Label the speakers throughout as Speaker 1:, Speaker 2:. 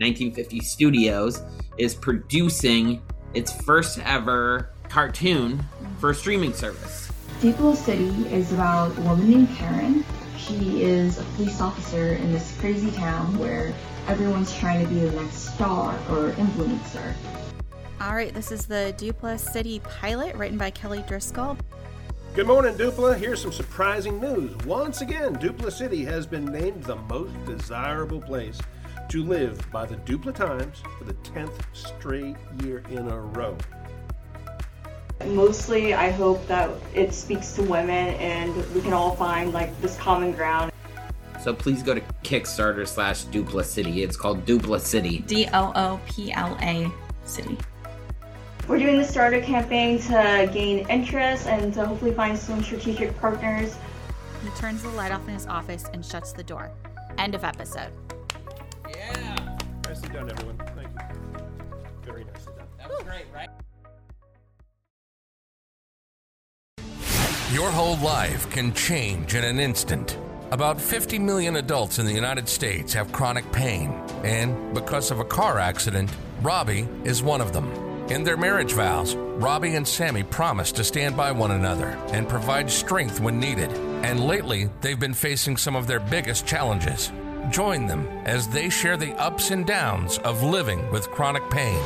Speaker 1: Nineteen Fifty Studios is producing its first ever cartoon for a streaming service.
Speaker 2: Sequel City is about a woman named Karen. She is a police officer in this crazy town where everyone's trying to be the next star or influencer.
Speaker 3: All right, this is the Dupla City pilot written by Kelly Driscoll.
Speaker 4: Good morning, Dupla. Here's some surprising news. Once again, Dupla City has been named the most desirable place to live by the Dupla Times for the 10th straight year in a row.
Speaker 5: Mostly, I hope that it speaks to women and we can all find like this common ground.
Speaker 1: So please go to Kickstarter slash Dupla City. It's called Dupla City.
Speaker 6: D O O P L A City.
Speaker 5: We're doing the starter campaign to gain interest and to hopefully find some strategic partners.
Speaker 3: He turns the light off in his office and shuts the door. End of episode.
Speaker 1: Yeah,
Speaker 4: Nicely done, everyone. Thank you. Very nicely done.
Speaker 1: that was great, right?
Speaker 7: Your whole life can change in an instant. About 50 million adults in the United States have chronic pain, and because of a car accident, Robbie is one of them. In their marriage vows, Robbie and Sammy promise to stand by one another and provide strength when needed. And lately, they've been facing some of their biggest challenges. Join them as they share the ups and downs of living with chronic pain.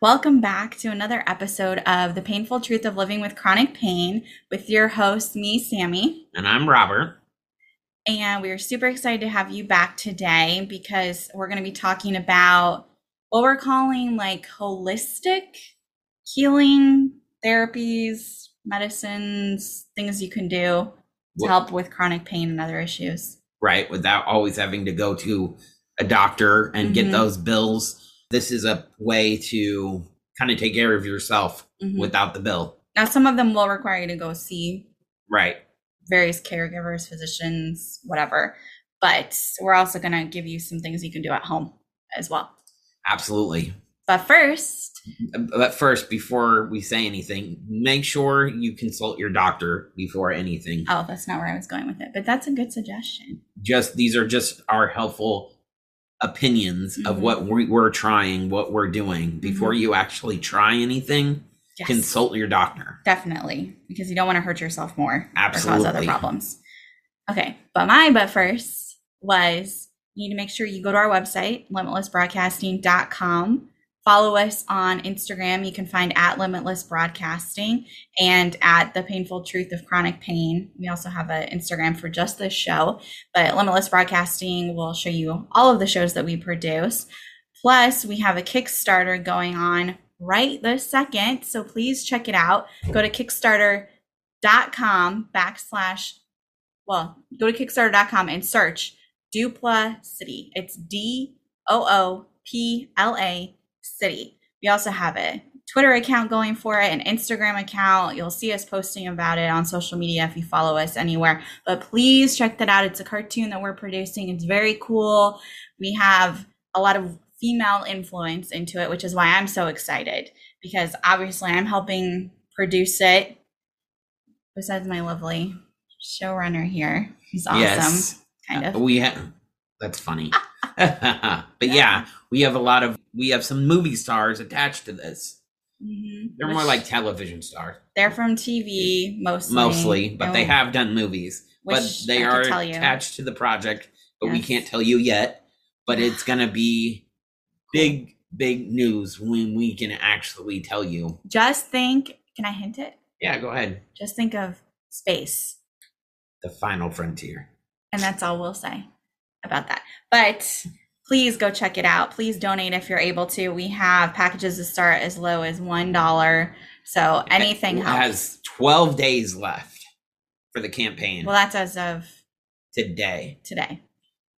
Speaker 3: Welcome back to another episode of The Painful Truth of Living with Chronic Pain with your host, me, Sammy.
Speaker 1: And I'm Robert.
Speaker 3: And we are super excited to have you back today because we're going to be talking about what we're calling like holistic healing therapies, medicines, things you can do to
Speaker 1: What-
Speaker 3: help with chronic pain and other issues.
Speaker 1: right? Without always having to go to a doctor and get
Speaker 3: Mhm.
Speaker 1: those bills. This is a way to kind of take care of yourself
Speaker 3: Mhm.
Speaker 1: without the bill,
Speaker 3: Now, some of them will require you to go see
Speaker 1: right?
Speaker 3: various caregivers, physicians, whatever. But we're also going to give you some things you can do at home as well.
Speaker 1: Absolutely.
Speaker 3: But first,
Speaker 1: But first, before we say anything, make sure you consult your doctor before anything.
Speaker 3: oh, that's not where I was going with it, but that's a good suggestion.
Speaker 1: Just these are just our helpful opinions of
Speaker 3: Mhm.
Speaker 1: what we, we're trying, what we're doing. Before you actually try anything,
Speaker 3: Mm-hmm. Yes.
Speaker 1: consult your doctor.
Speaker 3: Definitely, because you don't want to hurt yourself more or cause
Speaker 1: Absolutely.
Speaker 3: other problems. Okay, but my but first was you need to make sure you go to our website, limitlessbroadcasting.com. Follow us on Instagram. You can find at Limitless Broadcasting and at The Painful Truth of Chronic Pain. We also have an Instagram for just this show, but Limitless Broadcasting will show you all of the shows that we produce. Plus, we have a Kickstarter going on right this second. So please check it out. Go to Kickstarter.com backslash, well, go to Kickstarter.com and search Dupla City. It's D O O DUPLA City. We also have a Twitter account going for it, an Instagram account. You'll see us posting about it on social media if you follow us anywhere. But please check that out. It's a cartoon that we're producing. It's very cool. We have a lot of female influence into it, which is why I'm so excited because obviously I'm helping produce it. Besides my lovely showrunner here, who's awesome,
Speaker 1: Yes. Uh,
Speaker 3: kind of.
Speaker 1: We have that's funny. but yeah, we have a lot of we have some movie stars attached to this.
Speaker 3: Mhm.
Speaker 1: They're more like television stars
Speaker 3: They're from TV mostly.
Speaker 1: mostly, but they
Speaker 3: And-
Speaker 1: have done movies. But
Speaker 3: Which
Speaker 1: they
Speaker 3: I can
Speaker 1: are
Speaker 3: tell you.
Speaker 1: attached to the project, but we
Speaker 3: Yes.
Speaker 1: can't tell you yet. But it's gonna be big, big news when we can actually tell you.
Speaker 3: Just think. Can I hint it?
Speaker 1: Yeah, go ahead.
Speaker 3: Just think of space,
Speaker 1: The final frontier.
Speaker 3: and that's all we'll say about that. But please go check it out. Please donate if you're able to. We have packages that start as low as one dollar, so anything
Speaker 1: It
Speaker 3: helps.
Speaker 1: has twelve days left for the campaign
Speaker 3: Well, that's as of
Speaker 1: today.
Speaker 3: today.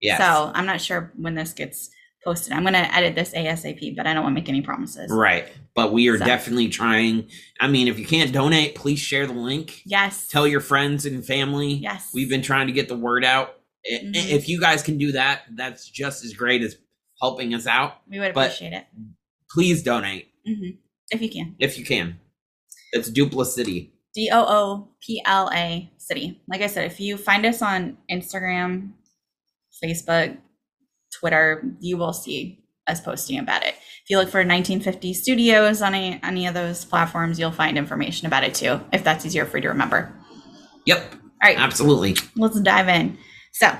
Speaker 1: Yes.
Speaker 3: So I'm not sure when this gets posted. I'm going to edit this ASAP, but I don't want to make any promises.
Speaker 1: Right. But we are
Speaker 3: So-
Speaker 1: definitely trying. I mean, if you can't donate, please share the link.
Speaker 3: Yes.
Speaker 1: Tell your friends and family.
Speaker 3: Yes.
Speaker 1: We've been trying to get the word out. I- i-
Speaker 3: Mhm.
Speaker 1: If you guys can do that, that's just as great as helping us out.
Speaker 3: We would
Speaker 1: but-
Speaker 3: appreciate it
Speaker 1: Please donate
Speaker 3: Mhm. if you can.
Speaker 1: if you can. It's duplicity.
Speaker 3: D O O P L A City. Like I said, if you find us on Instagram, Facebook, Twitter, you will see us posting about it. If you look for 1950 Studios on any, any of those platforms, you'll find information about it too, if that's easier for you to remember.
Speaker 1: Yep.
Speaker 3: All right,
Speaker 1: Absolutely.
Speaker 3: let's dive in. So,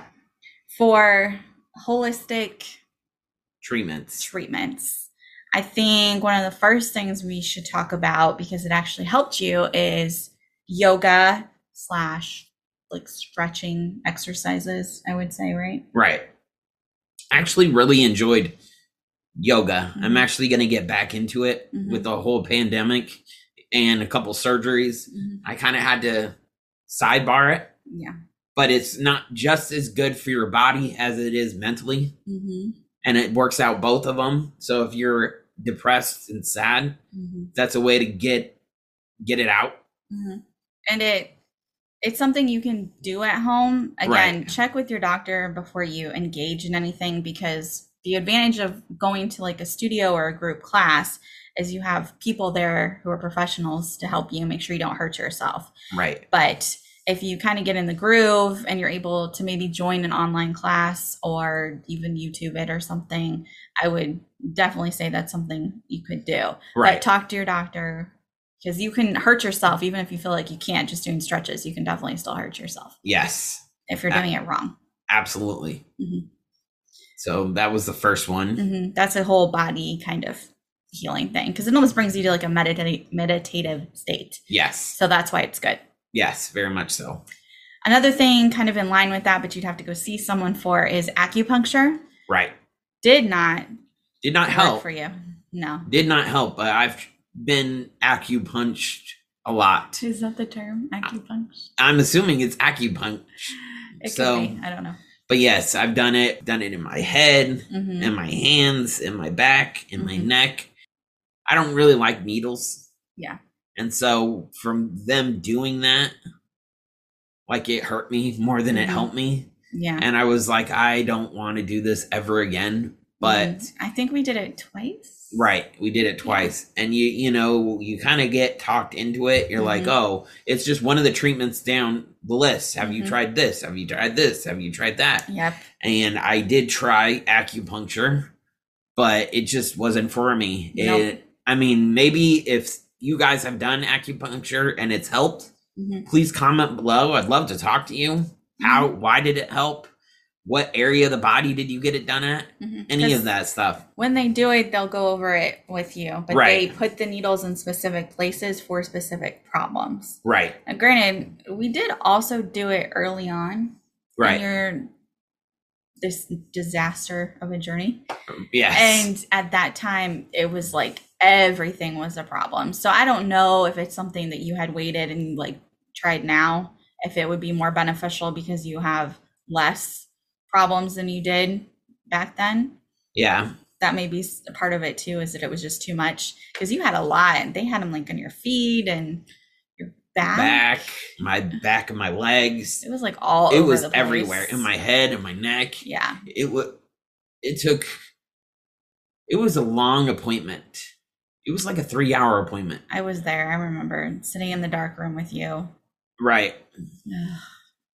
Speaker 3: for holistic
Speaker 1: Treatments.
Speaker 3: treatments. I think one of the first things we should talk about because it actually helped you is yoga slash like stretching exercises, I would say, right?
Speaker 1: Right. Actually, really enjoyed yoga. I'm
Speaker 3: Mhm.
Speaker 1: actually going to get back into it
Speaker 3: Mhm.
Speaker 1: with the whole pandemic and a couple surgeries.
Speaker 3: Mm-hmm.
Speaker 1: I kind of had to sidebar it,
Speaker 3: Yeah.
Speaker 1: but it's not just as good for your body as it is mentally,
Speaker 3: Mm-hmm.
Speaker 1: and it works out both of them. So if you're depressed and sad,
Speaker 3: Mm-hmm.
Speaker 1: that's a way to get get it out.
Speaker 3: Mm-hmm. And it it's something you can do at home. Again,
Speaker 1: Right.
Speaker 3: check with your doctor before you engage in anything because the advantage of going to like a studio or a group class is you have people there who are professionals to help you make sure you don't hurt yourself.
Speaker 1: Right.
Speaker 3: But if you kind of get in the groove and you're able to maybe join an online class or even YouTube it or something, I would definitely say that's something you could do. But
Speaker 1: Right.
Speaker 3: talk to your doctor because you can hurt yourself even if you feel like you can't just doing stretches. You can definitely still hurt yourself
Speaker 1: yes.
Speaker 3: if you're
Speaker 1: Yeah.
Speaker 3: doing it wrong.
Speaker 1: Absolutely.
Speaker 3: Mhm.
Speaker 1: So that was the first one.
Speaker 3: hmm That's a whole body kind of healing thing because it almost brings you to like a medita- meditative state.
Speaker 1: Yes.
Speaker 3: So that's why it's good.
Speaker 1: Yes. Very much so.
Speaker 3: Another thing, kind of in line with that, but you'd have to go see someone for is acupuncture.
Speaker 1: Right.
Speaker 3: Did not
Speaker 1: Did not
Speaker 3: work
Speaker 1: help.
Speaker 3: for you. No.
Speaker 1: Did not help. Uh, I've been acupunctured a lot.
Speaker 3: Is that the term? Acupuncture?
Speaker 1: I'm assuming it's acupuncture.
Speaker 3: It
Speaker 1: So-
Speaker 3: could be. I don't know.
Speaker 1: But yes, I've done it. Done it in my head,
Speaker 3: hmm
Speaker 1: in my hands, in my back, in my
Speaker 3: Mhm.
Speaker 1: neck. I don't really like needles.
Speaker 3: Yeah.
Speaker 1: And so from them doing that, like it hurt me more than it
Speaker 3: Mhm.
Speaker 1: helped me.
Speaker 3: Yeah.
Speaker 1: And I was like, I don't want to do this ever again. But
Speaker 3: Mhm. I think we did it twice.
Speaker 1: right, we did it twice. And you you know, you kind of get talked into it. You're like,
Speaker 3: Mhm.
Speaker 1: oh, it's just one of the treatments down the list. Have you
Speaker 3: Mhm.
Speaker 1: tried this? Have you tried this? Have you tried that?
Speaker 3: Yep.
Speaker 1: and I did try acupuncture, but it just wasn't for me.
Speaker 3: Nope.
Speaker 1: It, I mean, maybe if you guys have done acupuncture and it's helped,
Speaker 3: Mhm.
Speaker 1: please comment below. I'd love to talk to you. How?
Speaker 3: Mm-hmm.
Speaker 1: Why did it help? What area of the body did you get it done at?
Speaker 3: Mhm.
Speaker 1: Mm-hmm. Any
Speaker 3: 'Cause
Speaker 1: of that stuff.
Speaker 3: When they do it, they'll go over it with you, but
Speaker 1: Right.
Speaker 3: they put the needles in specific places for specific problems.
Speaker 1: Right.
Speaker 3: Now, granted, we did also do it early on in
Speaker 1: Right.
Speaker 3: your this disaster of a journey.
Speaker 1: Yes.
Speaker 3: And at that time, it was like everything was a problem. So I don't know if it's something that you had waited and like tried now, if it would be more beneficial because you have less problems than you did back then.
Speaker 1: yeah.
Speaker 3: that may be s- a part of it too, is that it was just too much because you had a lot and they had them like on your feet and your back.
Speaker 1: back, my back and my legs.
Speaker 3: It was like all
Speaker 1: it
Speaker 3: over
Speaker 1: was
Speaker 3: the place.
Speaker 1: everywhere in my head and my neck.
Speaker 3: Yeah.
Speaker 1: It was. It took. It was a long appointment. It was like a three-hour appointment.
Speaker 3: I was there. I remember sitting in the dark room with you.
Speaker 1: Right.
Speaker 3: Ugh,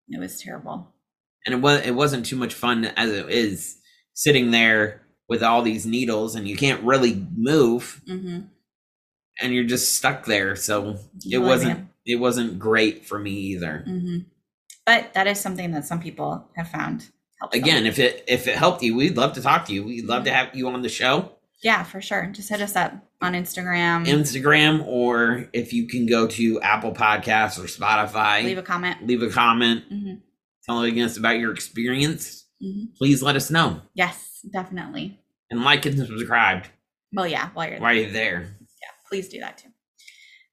Speaker 3: it was terrible.
Speaker 1: and it was it wasn't too much fun as it is sitting there with all these needles and you can't really move
Speaker 3: Mm-hmm.
Speaker 1: and you're just stuck there so it wasn't it wasn't great for me either
Speaker 3: hmm But that is something that some people have found helpful.
Speaker 1: again if it if it helped you we'd love to talk to you we'd love to have you on the show
Speaker 3: yeah, for sure. Just hit us up on Instagram.
Speaker 1: instagram or if you can go to apple podcasts or spotify
Speaker 3: leave a comment.
Speaker 1: leave a comment
Speaker 3: Mhm.
Speaker 1: telling us about your experience
Speaker 3: Mhm.
Speaker 1: please let us know
Speaker 3: Yes, definitely.
Speaker 1: and like and subscribe
Speaker 3: Well, yeah, while you're
Speaker 1: while you're there
Speaker 3: please do that too.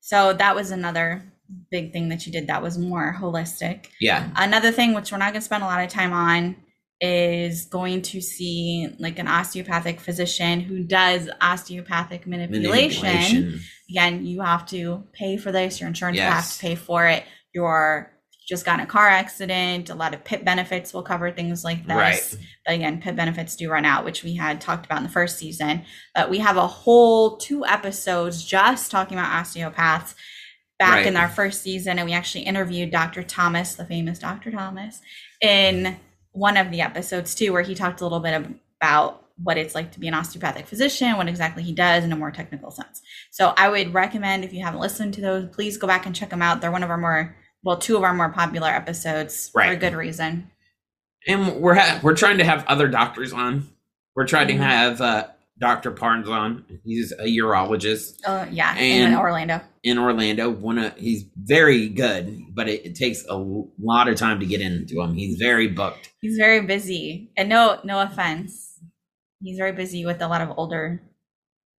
Speaker 3: So that was another big thing that you did that was more holistic.
Speaker 1: yeah
Speaker 3: Another thing which we're not going to spend a lot of time on is going to see like an osteopathic physician who does osteopathic manipulation.
Speaker 1: Manipulation.
Speaker 3: Again, you have to pay for this. Your insurance will have
Speaker 1: Yes.
Speaker 3: to pay for it. Your just got in a car accident. A lot of PIP benefits will cover things like this.
Speaker 1: Right.
Speaker 3: But again, PIP benefits do run out, which we had talked about in the first season. But we have a whole two episodes just talking about osteopaths back in
Speaker 1: Right.
Speaker 3: our first season. And we actually interviewed Dr. Thomas, the famous Dr. Thomas, in one of the episodes too, where he talked a little bit about what it's like to be an osteopathic physician, what exactly he does in a more technical sense. So I would recommend if you haven't listened to those, please go back and check them out. They're one of our more, well, two of our more popular episodes for a
Speaker 1: Right.
Speaker 3: good reason.
Speaker 1: and we're ha- we're trying to have other doctors on. We're trying
Speaker 3: Mhm.
Speaker 1: to have uh, Dr. Parnes on. He's a urologist
Speaker 3: Uh, yeah, in
Speaker 1: And-
Speaker 3: Orlando.
Speaker 1: in Orlando. One of he's very good, but it, it takes a l- lot of time to get into him. He's very booked.
Speaker 3: He's very busy, and no, no offense, he's very busy with a lot of older.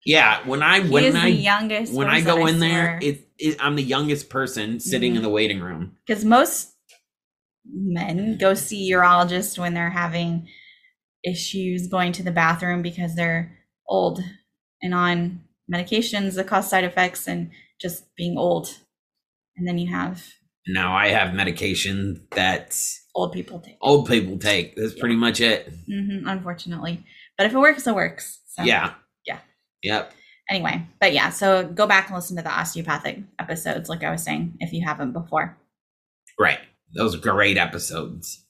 Speaker 1: Yeah, when I
Speaker 3: He is
Speaker 1: when I
Speaker 3: the youngest.
Speaker 1: when I go in there, it, it I'm the youngest person sitting
Speaker 3: Mm-hmm.
Speaker 1: in the waiting room.
Speaker 3: because most men go see urologists when they're having issues going to the bathroom because they're old and on medications that cause side effects and just being old. And then you have
Speaker 1: Now I have medication that
Speaker 3: old people take,
Speaker 1: old people take. That's pretty much it.
Speaker 3: hmm unfortunately. But if it works, it works. So.
Speaker 1: Yeah.
Speaker 3: Yeah.
Speaker 1: Yep.
Speaker 3: anyway, but yeah, so go back and listen to the osteopathic episodes, like I was saying, if you haven't before.
Speaker 1: Right. Those are great episodes.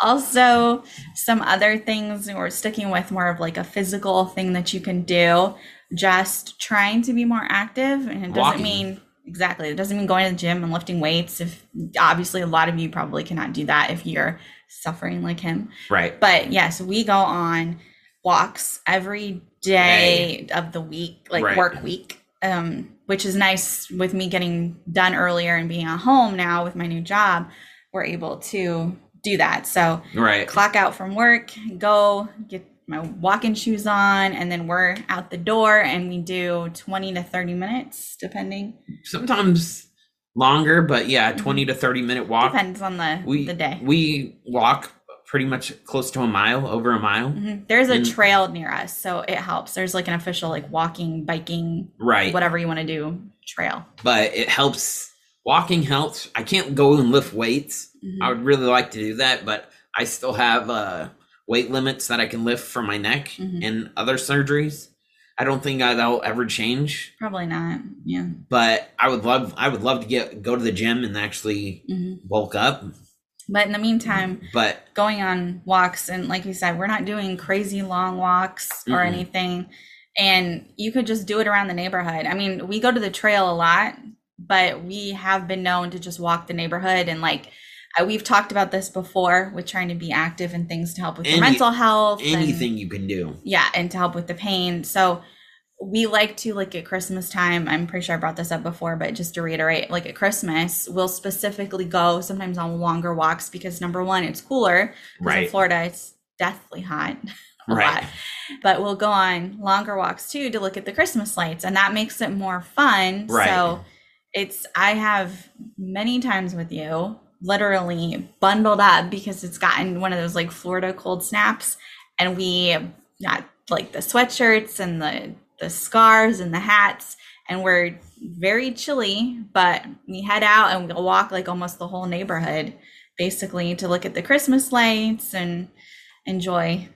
Speaker 3: Also, some other things we're sticking with more of like a physical thing that you can do, just trying to be more active. And it doesn't
Speaker 1: Walking.
Speaker 3: mean exactly, it doesn't mean going to the gym and lifting weights. If obviously a lot of you probably cannot do that if you're suffering like him.
Speaker 1: Right.
Speaker 3: But yes, we go on walks every day of the week, like
Speaker 1: Right.
Speaker 3: work week, um, which is nice with me getting done earlier and being at home now with my new job. We're able to do that. So
Speaker 1: Right.
Speaker 3: clock out from work, go get my walking shoes on, and then we're out the door and we do 20 to 30 minutes, depending.
Speaker 1: sometimes longer, but yeah, 20 to 30 minute walk.
Speaker 3: Depends Mm-hmm. on the,
Speaker 1: We
Speaker 3: the day.
Speaker 1: we walk pretty much close to a mile, over a mile.
Speaker 3: Mhm. There's a
Speaker 1: and-
Speaker 3: trail near us, so it helps. There's like an official like walking, biking,
Speaker 1: Right.
Speaker 3: whatever you want to do trail.
Speaker 1: But it helps walking helps. I can't go and lift weights. I
Speaker 3: Mm-hmm.
Speaker 1: would really like to do that, but I still have uh weight limits that I can lift for my neck
Speaker 3: Mhm.
Speaker 1: and other surgeries. I don't think I- that'll ever change,
Speaker 3: Probably not. Yeah.
Speaker 1: but I would love I would love to get go to the gym and actually
Speaker 3: Mhm.
Speaker 1: bulk up.
Speaker 3: But in the meantime,
Speaker 1: But
Speaker 3: going on walks and like you said, we're not doing crazy long walks or
Speaker 1: Mm-mm.
Speaker 3: anything. And you could just do it around the neighborhood. I mean, we go to the trail a lot, but we have been known to just walk the neighborhood and like I, we've talked about this before with trying to be active and things to help with your
Speaker 1: Any-
Speaker 3: mental health. and-
Speaker 1: anything you can do.
Speaker 3: yeah and to help with the pain so we like to like at christmas time i'm pretty sure i brought this up before but just to reiterate like at christmas we'll specifically go sometimes on longer walks because number one it's cooler 'cause in
Speaker 1: Right.
Speaker 3: florida it's deathly hot a
Speaker 1: Right.
Speaker 3: lot. but we'll go on longer walks too to look at the christmas lights and that makes it more fun
Speaker 1: Right.
Speaker 3: so it's i have many times with you literally bundled up because it's gotten one of those like florida cold snaps and we got like the sweatshirts and the the scarves and the hats and we're very chilly but we head out and we'll walk like almost the whole neighborhood basically to look at the christmas lights and enjoy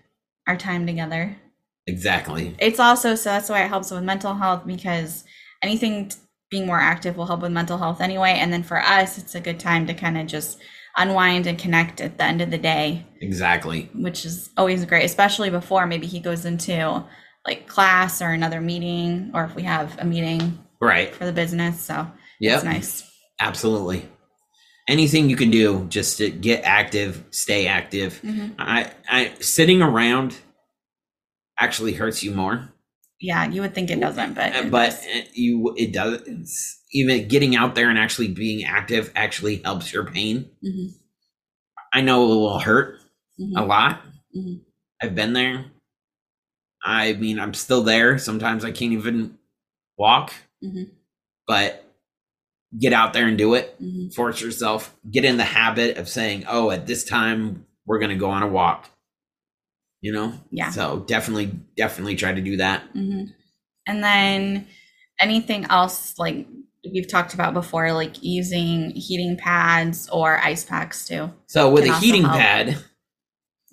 Speaker 3: our time together
Speaker 1: Exactly.
Speaker 3: it's also so that's why it helps with mental health because anything t- being more active will help with mental health anyway and then for us it's a good time to kind of just unwind and connect at the end of the day
Speaker 1: Exactly.
Speaker 3: which is always great especially before maybe he goes into like class or another meeting or if we have a meeting
Speaker 1: Right.
Speaker 3: for the business so
Speaker 1: Yep.
Speaker 3: it's nice
Speaker 1: Absolutely. Anything you can do just to get active, stay active.
Speaker 3: Mhm.
Speaker 1: I, I sitting around actually hurts you more.
Speaker 3: yeah you would think it doesn't but
Speaker 1: Uh,
Speaker 3: it
Speaker 1: but
Speaker 3: does.
Speaker 1: uh, you it does it's- even getting out there and actually being active actually helps your pain
Speaker 3: Mhm.
Speaker 1: i know it will hurt
Speaker 3: Mhm.
Speaker 1: a lot
Speaker 3: Mhm.
Speaker 1: i've been there i mean i'm still there sometimes i can't even walk
Speaker 3: Mhm.
Speaker 1: but get out there and do it
Speaker 3: Mhm.
Speaker 1: force yourself get in the habit of saying oh at this time we're gonna go on a walk you know
Speaker 3: Yeah.
Speaker 1: so definitely definitely try to do that
Speaker 3: hmm And then anything else like we've talked about before, like using heating pads or ice packs too.
Speaker 1: so with
Speaker 3: Can
Speaker 1: a
Speaker 3: also
Speaker 1: heating
Speaker 3: help.
Speaker 1: pad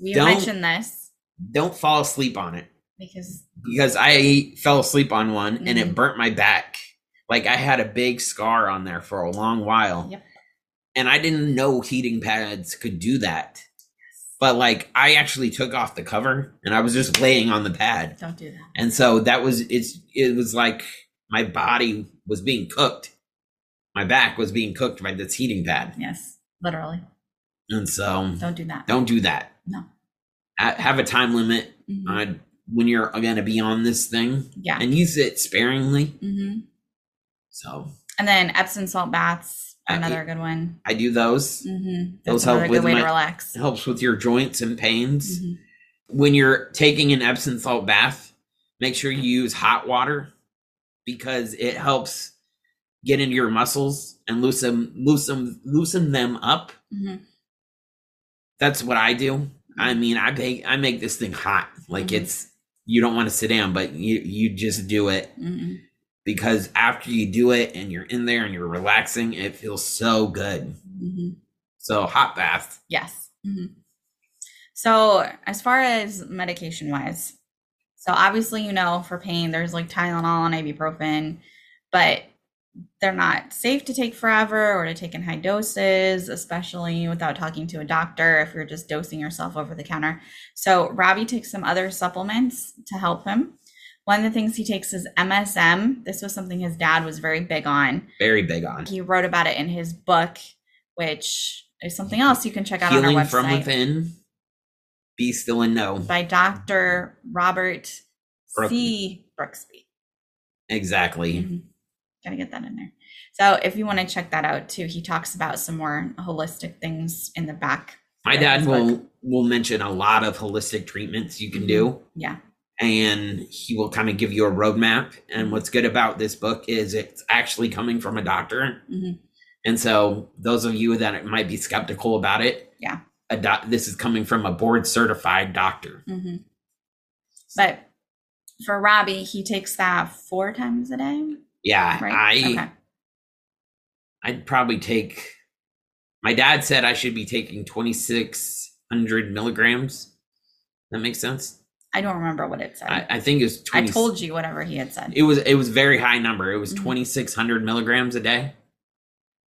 Speaker 3: We
Speaker 1: Don't-
Speaker 3: mentioned this
Speaker 1: don't fall asleep on it
Speaker 3: because
Speaker 1: because I fell asleep on one and it
Speaker 3: Mhm.
Speaker 1: burnt my back. Like I had a big scar on there for a long while.
Speaker 3: Yep.
Speaker 1: And I didn't know heating pads could do that. But like I actually took off the cover and I was just laying on the pad.
Speaker 3: don't do that.
Speaker 1: And so that was it's it was like my body was being cooked. My back was being cooked by this heating pad.
Speaker 3: Yes, literally,
Speaker 1: And so
Speaker 3: don't do that.
Speaker 1: don't do that.
Speaker 3: No.
Speaker 1: Ha- Have a time limit
Speaker 3: Mhm.
Speaker 1: on when you're going to be on this thing
Speaker 3: Yeah.
Speaker 1: and use it sparingly.
Speaker 3: hmm
Speaker 1: So
Speaker 3: And then Epsom salt baths, are
Speaker 1: I-
Speaker 3: another good one.
Speaker 1: I do those.
Speaker 3: Mm-hmm. That's
Speaker 1: Those help
Speaker 3: another
Speaker 1: with
Speaker 3: good way
Speaker 1: my-
Speaker 3: to relax.
Speaker 1: It helps with your joints and pains.
Speaker 3: Mhm.
Speaker 1: When you're taking an Epsom salt bath, make sure you use hot water because it helps get into your muscles and loosen loosen loosen them up.
Speaker 3: Mhm.
Speaker 1: That's what I do. I mean, I make I make this thing hot. Like
Speaker 3: Mhm.
Speaker 1: it's you don't want to sit down, but you you just do it
Speaker 3: Mhm.
Speaker 1: because after you do it and you're in there and you're relaxing, it feels so good.
Speaker 3: Mhm.
Speaker 1: So hot bath.
Speaker 3: Yes. Mhm. So, as far as medication wise, so obviously, you know, for pain, there's like Tylenol and ibuprofen, but they're not safe to take forever or to take in high doses, especially without talking to a doctor if you're just dosing yourself over the counter. So, Robbie takes some other supplements to help him. One of the things he takes is MSM. This was something his dad was very big on
Speaker 1: Very big on.
Speaker 3: he wrote about it in his book, which is something else you can check out on
Speaker 1: Healing
Speaker 3: our website
Speaker 1: from within. Be still and know.
Speaker 3: by Dr. Robert C. Brooksby.
Speaker 1: Exactly.
Speaker 3: Mhm. Gotta get that in there. So if you want to check that out too, he talks about some more holistic things in the back.
Speaker 1: My
Speaker 3: Yeah,
Speaker 1: dad
Speaker 3: his
Speaker 1: will will mention a lot of holistic treatments you can do,
Speaker 3: Yeah. Mm-hmm.
Speaker 1: and he will kind of give you a roadmap. And what's good about this book is it's actually coming from a doctor.
Speaker 3: Mhm.
Speaker 1: And so, those of you that might be skeptical about it,
Speaker 3: Yeah.
Speaker 1: a doc- this is coming from a board certified doctor.
Speaker 3: hmm But for Robbie, he takes that four times a day,
Speaker 1: Yeah,
Speaker 3: right?
Speaker 1: I
Speaker 3: okay.
Speaker 1: I'd probably take. My dad said I should be taking twenty six hundred milligrams. That makes sense.
Speaker 3: I don't remember what it said.
Speaker 1: I,
Speaker 3: I,
Speaker 1: I think it was. 20,
Speaker 3: told you whatever he had said.
Speaker 1: it was it was a very high number. It was
Speaker 3: Mhm.
Speaker 1: six hundred milligrams a day.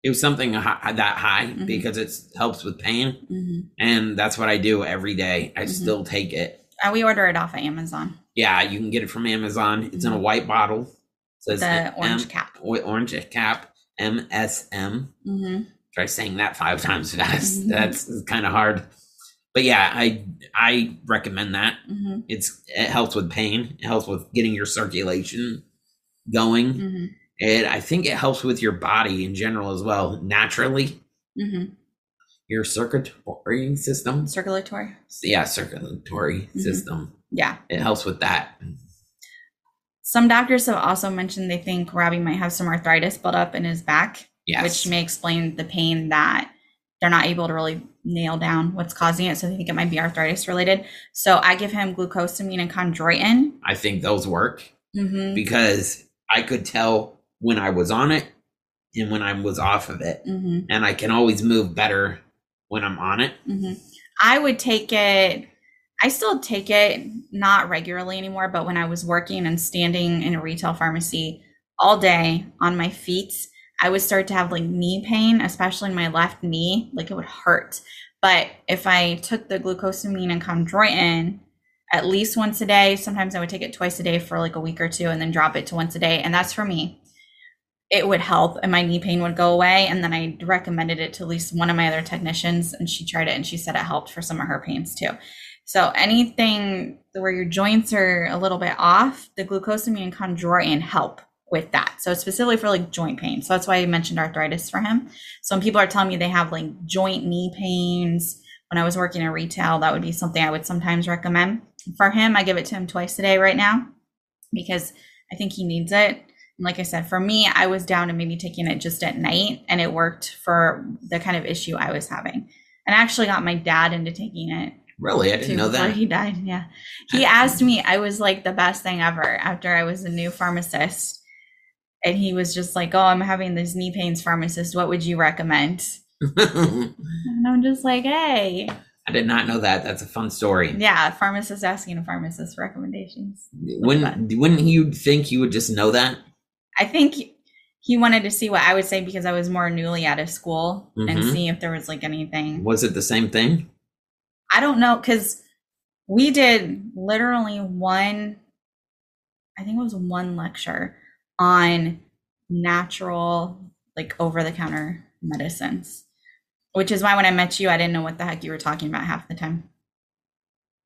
Speaker 1: It was something hi- that high
Speaker 3: Mhm.
Speaker 1: because it helps with pain,
Speaker 3: hmm
Speaker 1: and that's what I do every day. I
Speaker 3: Mhm.
Speaker 1: still take it.
Speaker 3: And we order it off of Amazon,
Speaker 1: Yeah, you can get it from Amazon. It's in a white bottle. It says
Speaker 3: the Mm-hmm. orange
Speaker 1: M-
Speaker 3: cap.
Speaker 1: or- orange cap MSM.
Speaker 3: hmm
Speaker 1: try saying that five times fast.
Speaker 3: Mhm.
Speaker 1: That's kind of hard. But yeah, I I recommend that.
Speaker 3: hmm
Speaker 1: It's it helps with pain. It helps with getting your circulation going.
Speaker 3: hmm
Speaker 1: And I think it helps with your body in general as well. Naturally,
Speaker 3: hmm
Speaker 1: your circulatory system.
Speaker 3: Circulatory.
Speaker 1: Yeah, circulatory
Speaker 3: Mm-hmm.
Speaker 1: system.
Speaker 3: Yeah.
Speaker 1: It helps with that.
Speaker 3: Some doctors have also mentioned they think Robbie might have some arthritis built up in his back,
Speaker 1: Yes.
Speaker 3: which may explain the pain that they're not able to really nail down what's causing it. So they think it might be arthritis related. So I give him glucosamine and chondroitin.
Speaker 1: I think those work
Speaker 3: Mm-hmm.
Speaker 1: because I could tell when I was on it and when I was off of it.
Speaker 3: Mm-hmm.
Speaker 1: And I can always move better when I'm on it.
Speaker 3: hmm I would take it. I still take it not regularly anymore, but when I was working and standing in a retail pharmacy all day on my feet, I would start to have like knee pain, especially in my left knee. Like it would hurt. But if I took the glucosamine and chondroitin at least once a day, sometimes I would take it twice a day for like a week or two and then drop it to once a day. And that's for me. It would help and my knee pain would go away. And then I recommended it to at least one of my other technicians and she tried it and she said it helped for some of her pains too. So anything where your joints are a little bit off, the glucosamine and chondroitin help with that. So specifically for like joint pain. So that's why I mentioned arthritis for him. So when people are telling me they have like joint knee pains, when I was working in retail, that would be something I would sometimes recommend. For him, I give it to him twice a day right now because I think he needs it. And like I said, for me, I was down to maybe taking it just at night and it worked for the kind of issue I was having. And I actually got my dad into taking it
Speaker 1: Really, I didn't
Speaker 3: too
Speaker 1: know
Speaker 3: before
Speaker 1: that.
Speaker 3: he died. Yeah. He asked me, I was like the best thing ever after I was a new pharmacist. And he was just like, Oh, I'm having these knee pains, pharmacist. What would you recommend? And I'm just like, Hey,
Speaker 1: I did not know that. That's a fun story.
Speaker 3: yeah, pharmacist asking a pharmacist for recommendations.
Speaker 1: Wouldn't wouldn't you think you would just know that?
Speaker 3: I think he wanted to see what I would say because I was more newly out of school and
Speaker 1: Mhm.
Speaker 3: see if there was like anything.
Speaker 1: Was it the same thing?
Speaker 3: I don't know because we did literally one, I think it was one lecture on natural, like over the counter medicines, which is why when I met you, I didn't know what the heck you were talking about half the time.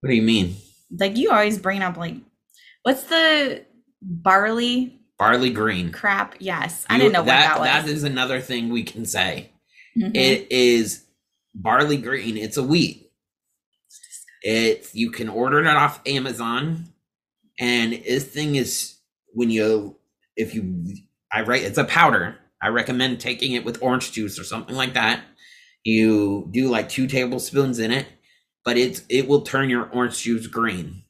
Speaker 1: What do you mean?
Speaker 3: Like you always bring up, like, what's the barley
Speaker 1: Barley green.
Speaker 3: crap? Yes, I
Speaker 1: You-
Speaker 3: didn't know what that,
Speaker 1: That
Speaker 3: was.
Speaker 1: is another thing we can say.
Speaker 3: Mhm.
Speaker 1: It is barley green. It's a wheat. It's you can order it off Amazon, and this thing is when you if you I write it's a powder. I recommend taking it with orange juice or something like that. You do like two tablespoons in it, but it's it will turn your orange juice green,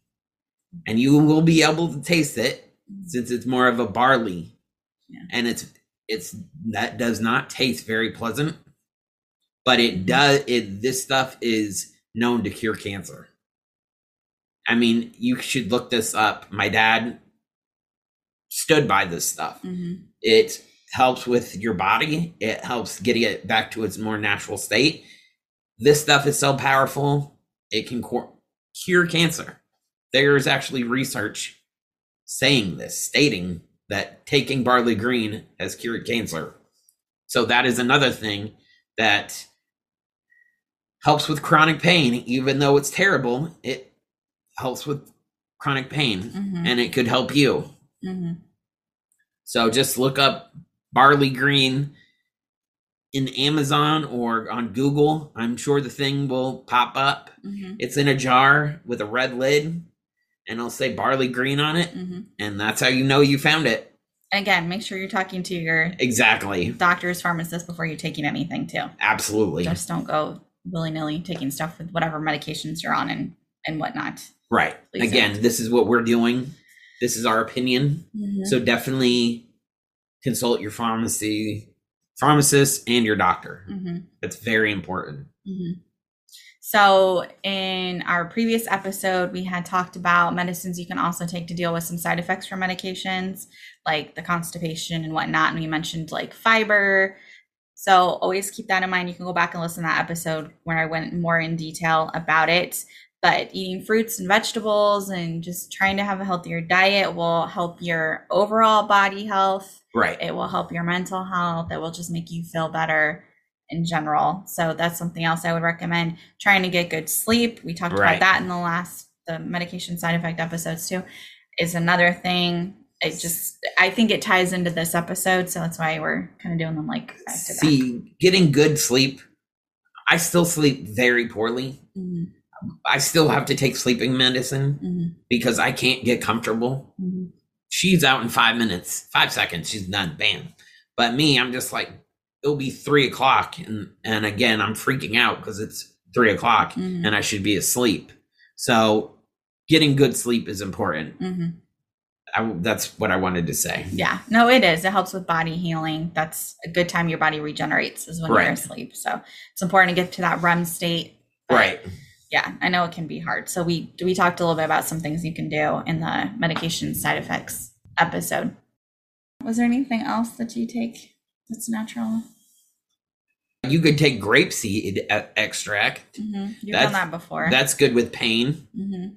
Speaker 1: and you will be able to taste it since it's more of a barley,
Speaker 3: Yeah.
Speaker 1: and it's it's that does not taste very pleasant but it does it this stuff is known to cure cancer i mean you should look this up my dad stood by this stuff
Speaker 3: Mhm.
Speaker 1: it helps with your body it helps getting it back to its more natural state this stuff is so powerful it can cor- cure cancer there's actually research saying this stating that taking barley green has cured cancer so that is another thing that helps with chronic pain even though it's terrible it helps with chronic pain
Speaker 3: Mhm.
Speaker 1: and it could help you
Speaker 3: Mhm.
Speaker 1: so just look up barley green in Amazon or on Google. I'm sure the thing will pop up.
Speaker 3: Mhm.
Speaker 1: It's in a jar with a red lid, and I'll say barley green on it,
Speaker 3: Mhm.
Speaker 1: and that's how you know you found it.
Speaker 3: Again, make sure you're talking to your
Speaker 1: Exactly.
Speaker 3: doctors, pharmacists before you're taking anything too.
Speaker 1: Absolutely.
Speaker 3: Just don't go willy nilly taking stuff with whatever medications you're on and and whatnot.
Speaker 1: right.
Speaker 3: Please
Speaker 1: Again, this is what we're doing. This is our opinion. So definitely consult your pharmacy pharmacist and your doctor.
Speaker 3: hmm
Speaker 1: That's very important.
Speaker 3: hmm So in our previous episode, we had talked about medicines you can also take to deal with some side effects from medications, like the constipation and whatnot. And we mentioned like fiber. So always keep that in mind. You can go back and listen to that episode where I went more in detail about it. But eating fruits and vegetables and just trying to have a healthier diet will help your overall body health.
Speaker 1: Right.
Speaker 3: it will help your mental health it will just make you feel better in general so that's something else i would recommend trying to get good sleep we talked
Speaker 1: Right.
Speaker 3: about that in the last the medication side effect episodes too is another thing it just i think it ties into this episode so that's why we're kind of doing them like back to back
Speaker 1: see getting good sleep i still sleep very poorly
Speaker 3: Mhm,
Speaker 1: i still have to take sleeping medicine
Speaker 3: mhm,
Speaker 1: because i can't get comfortable
Speaker 3: mhm.
Speaker 1: she's out in five minutes five seconds she's done bam but me i'm just like it'll be three o'clock and and again i'm freaking out because it's three o'clock
Speaker 3: Mhm.
Speaker 1: and i should be asleep so getting good sleep is important
Speaker 3: Mhm.
Speaker 1: I w that's what i wanted to say
Speaker 3: Yeah. No, it is. It helps with body healing. That's a good time your body regenerates is when
Speaker 1: Right.
Speaker 3: you're asleep. So it's important to get to that REM state. But
Speaker 1: right
Speaker 3: Yeah, I know it can be hard. So we we talked a little bit about some things you can do in the medication side effects episode. Was there anything else that you take that's natural?
Speaker 1: you could take grapeseed e- extract
Speaker 3: Mm-hmm. You've
Speaker 1: That's-
Speaker 3: done that before.
Speaker 1: that's good with pain
Speaker 3: mm-hmm.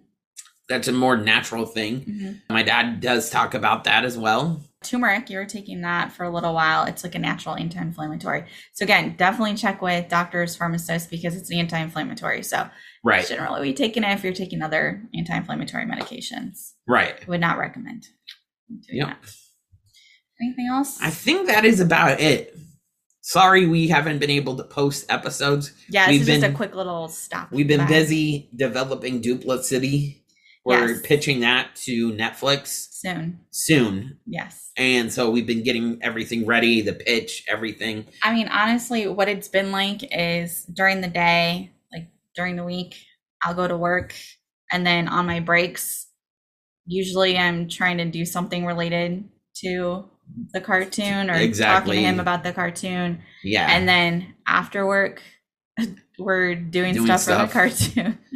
Speaker 1: that's a more natural thing
Speaker 3: Mm-hmm.
Speaker 1: my dad does talk about that as well
Speaker 3: turmeric you were taking that for a little while it's like a natural anti-inflammatory so again definitely check with doctors pharmacists because it's an anti-inflammatory so you
Speaker 1: right
Speaker 3: shouldn't really be taking it if you're taking other anti-inflammatory medications
Speaker 1: right
Speaker 3: I would not recommend doing
Speaker 1: Yep.
Speaker 3: that. anything else
Speaker 1: I think that is about it. Sorry we haven't been able to post episodes.
Speaker 3: yeah this
Speaker 1: we've
Speaker 3: is just
Speaker 1: been-
Speaker 3: a quick little stop
Speaker 1: We've been
Speaker 3: back.
Speaker 1: busy developing Duplicity. We're
Speaker 3: Yes.
Speaker 1: pitching that to Netflix
Speaker 3: soon
Speaker 1: soon.
Speaker 3: yes
Speaker 1: And so we've been getting everything ready, the pitch, everything.
Speaker 3: I mean, honestly, what it's been like is during the day, like during the week, I'll go to work. And then on my breaks, usually I'm trying to do something related to the cartoon or
Speaker 1: Exactly.
Speaker 3: talking to him about the cartoon.
Speaker 1: Yeah.
Speaker 3: And then after work, we're doing,
Speaker 1: Doing
Speaker 3: stuff,
Speaker 1: stuff.
Speaker 3: for the cartoon.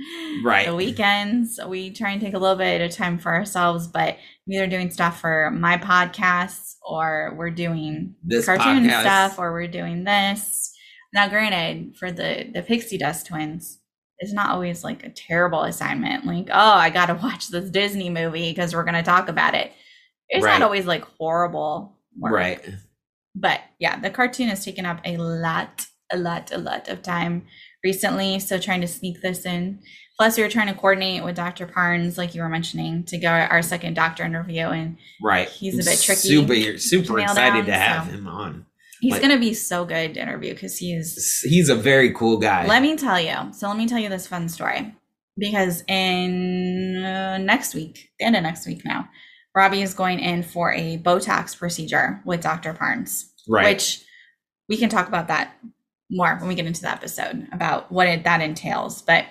Speaker 1: Right.
Speaker 3: The weekends, we try and take a little bit at a time for ourselves, but I'm either doing stuff for my podcasts or we're doing
Speaker 1: This
Speaker 3: cartoon
Speaker 1: podcast.
Speaker 3: stuff or we're doing this. Now, granted, for the the Pixie Dust twins, it's not always like a terrible assignment. Like, oh, I got to watch this Disney movie because we're going to talk about it. It's
Speaker 1: Right.
Speaker 3: not always like horrible, work.
Speaker 1: right.
Speaker 3: But yeah, the cartoon has taken up a lot, a lot, a lot of time recently. So trying to sneak this in. Plus, we were trying to coordinate with Dr. Parnes, like you were mentioning, to go to our second doctor interview, and
Speaker 1: Right.
Speaker 3: He's a bit tricky
Speaker 1: Super, super
Speaker 3: nail down,
Speaker 1: excited to have
Speaker 3: so.
Speaker 1: him on.
Speaker 3: he's
Speaker 1: Like-
Speaker 3: going to be so good to interview because he is
Speaker 1: He's a very cool guy.
Speaker 3: Let me tell you. So let me tell you this fun story because in uh, next week, the end of next week now, Robbie is going in for a Botox procedure with Dr. Parnes,
Speaker 1: right.
Speaker 3: which we can talk about that more when we get into the episode about what it, that entails. But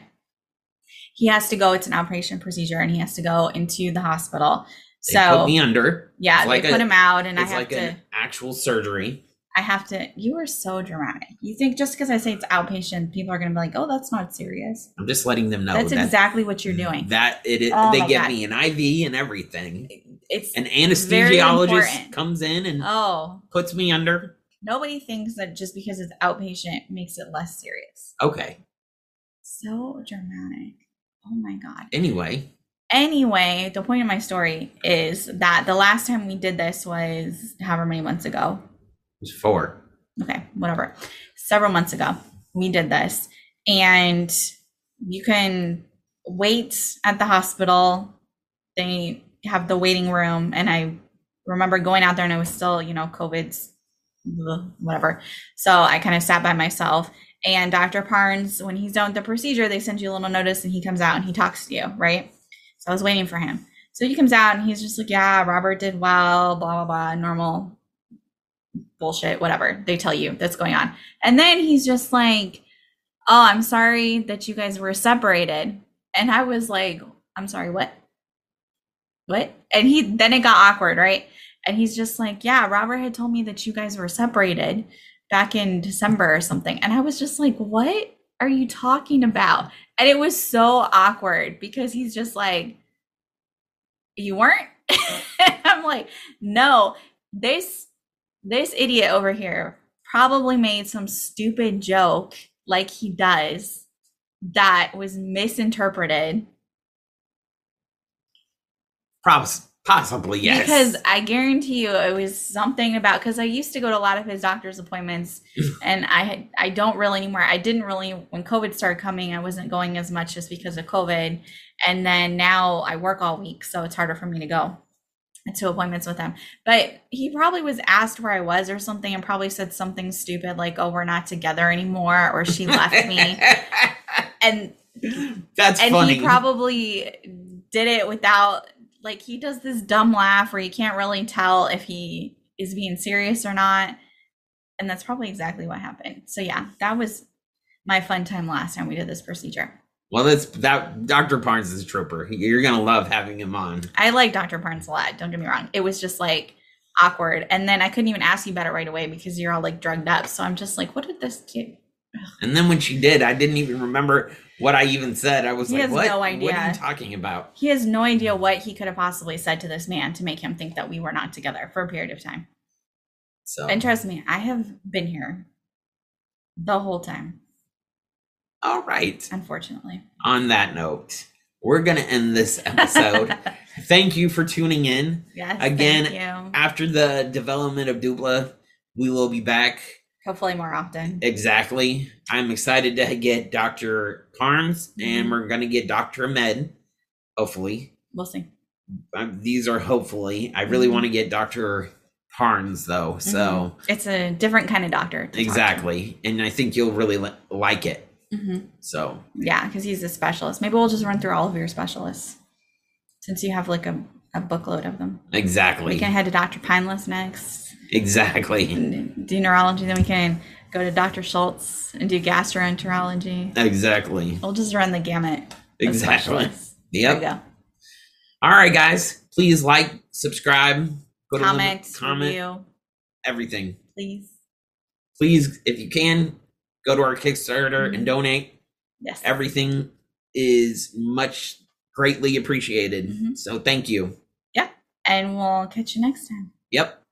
Speaker 3: he has to go. It's an outpatient procedure, and he has to go into the hospital.
Speaker 1: They
Speaker 3: so
Speaker 1: put me under.
Speaker 3: yeah,
Speaker 1: It's like
Speaker 3: they put
Speaker 1: a-
Speaker 3: him out, and I
Speaker 1: It's
Speaker 3: have
Speaker 1: like
Speaker 3: to.
Speaker 1: an actual surgery.
Speaker 3: I have to. You are so dramatic. You think just because I say it's outpatient, people are going to be like, "Oh, that's not serious."
Speaker 1: I'm just letting them know
Speaker 3: that's
Speaker 1: that
Speaker 3: exactly what you're doing.
Speaker 1: That it, it-
Speaker 3: Oh
Speaker 1: they
Speaker 3: my
Speaker 1: get
Speaker 3: God.
Speaker 1: me an IV and everything.
Speaker 3: it's
Speaker 1: An
Speaker 3: Very
Speaker 1: anesthesiologist
Speaker 3: important.
Speaker 1: comes in and
Speaker 3: oh,
Speaker 1: puts me under.
Speaker 3: nobody thinks that just because it's outpatient makes it less serious.
Speaker 1: Okay.
Speaker 3: So dramatic. Oh my god.
Speaker 1: Anyway,
Speaker 3: Anyway, the point of my story is that the last time we did this was however many months ago,
Speaker 1: it's four.
Speaker 3: okay, whatever. Several months ago, we did this, and you can wait at the hospital. They have the waiting room, and I remember going out there, and I was still, you know, COVID's ugh, whatever. So I kind of sat by myself. And Dr. Parnes, when he's done with the procedure, they send you a little notice, and he comes out and he talks to you, right? So I was waiting for him. So he comes out and he's just like, "Yeah, Robert did well, blah blah blah, normal bullshit, whatever they tell you that's going on. And then he's just like, Oh, I'm sorry that you guys were separated. And I was like, I'm sorry, what? What? And he then it got awkward, right? And he's just like, Yeah, Robert had told me that you guys were separated back in December or something. And I was just like, What are you talking about? And it was so awkward because he's just like, You weren't? I'm like, No, this this idiot over here probably made some stupid joke like he does that was misinterpreted
Speaker 1: Props, possibly yes.
Speaker 3: because i guarantee you it was something about because i used to go to a lot of his doctor's appointments and i had- i don't really anymore i didn't really when covid started coming i wasn't going as much just because of covid and then now i work all week so it's harder for me to go to appointments with him but he probably was asked where i was or something and probably said something stupid like oh we're not together anymore or she left me and
Speaker 1: That's
Speaker 3: and
Speaker 1: funny.
Speaker 3: he probably did it without like he does this dumb laugh where you can't really tell if he is being serious or not And that's probably exactly what happened. So yeah, that was my fun time last time we did this procedure.
Speaker 1: Well, that's that Dr. Barnes is a trooper. You're gonna love having him on.
Speaker 3: I like Dr. Barnes a lot. Don't get me wrong. It was just like awkward. And then I couldn't even ask you about it right away because you're all like drugged up. So I'm just like, what did this do?
Speaker 1: And then when she did, I didn't even remember what I even said. I was
Speaker 3: He
Speaker 1: like,
Speaker 3: has
Speaker 1: "What?
Speaker 3: no
Speaker 1: What are
Speaker 3: idea.
Speaker 1: you talking about?"
Speaker 3: He has no idea what he could have possibly said to this man to make him think that we were not together for a period of time.
Speaker 1: So
Speaker 3: And trust me, I have been here the whole time,
Speaker 1: all right.
Speaker 3: unfortunately.
Speaker 1: On that note, we're gonna end this episode. Thank you for tuning in.
Speaker 3: Yes.
Speaker 1: Again,
Speaker 3: Thank you.
Speaker 1: After the development of Dupla, we will be back
Speaker 3: Hopefully more often.
Speaker 1: Exactly. I'm excited to get Dr. Carnes and we're going to get Dr. Ahmed, hopefully.
Speaker 3: We'll see.
Speaker 1: Um, these are hopefully. I really
Speaker 3: Mhm.
Speaker 1: want to get Dr. Carnes though. So,
Speaker 3: It's a different kind of doctor. to talk to.
Speaker 1: exactly. And I think you'll really li- like it.
Speaker 3: Mhm.
Speaker 1: So,
Speaker 3: Yeah, because he's a specialist. Maybe we'll just run through all of your specialists since you have like a, a bookload of them. We
Speaker 1: exactly.
Speaker 3: can head to Dr. Pineless next
Speaker 1: Exactly.
Speaker 3: and do neurology. Then we can go to Dr. Schultz and do gastroenterology.
Speaker 1: Exactly.
Speaker 3: We'll just run the gamut. of
Speaker 1: Exactly.
Speaker 3: specialists. There
Speaker 1: Yep.
Speaker 3: we go.
Speaker 1: All right, guys. Please like, subscribe, go to
Speaker 3: Comment,
Speaker 1: Lim- comment,
Speaker 3: review,
Speaker 1: everything.
Speaker 3: please.
Speaker 1: Please, if you can, go to our Kickstarter
Speaker 3: Mm-hmm.
Speaker 1: and donate.
Speaker 3: Yes.
Speaker 1: everything is much greatly appreciated.
Speaker 3: Mhm.
Speaker 1: So thank you.
Speaker 3: and we'll catch you next time.
Speaker 1: Yep.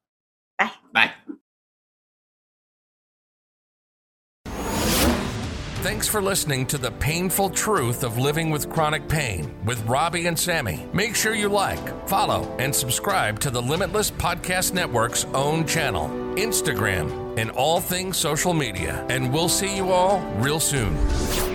Speaker 3: Bye.
Speaker 1: Bye.
Speaker 7: Thanks for listening to The Painful Truth of Living with Chronic Pain with Robbie and Sammy. Make sure you like, follow, and subscribe to the Limitless Podcast Network's own channel, Instagram, and all things social media. And we'll see you all real soon.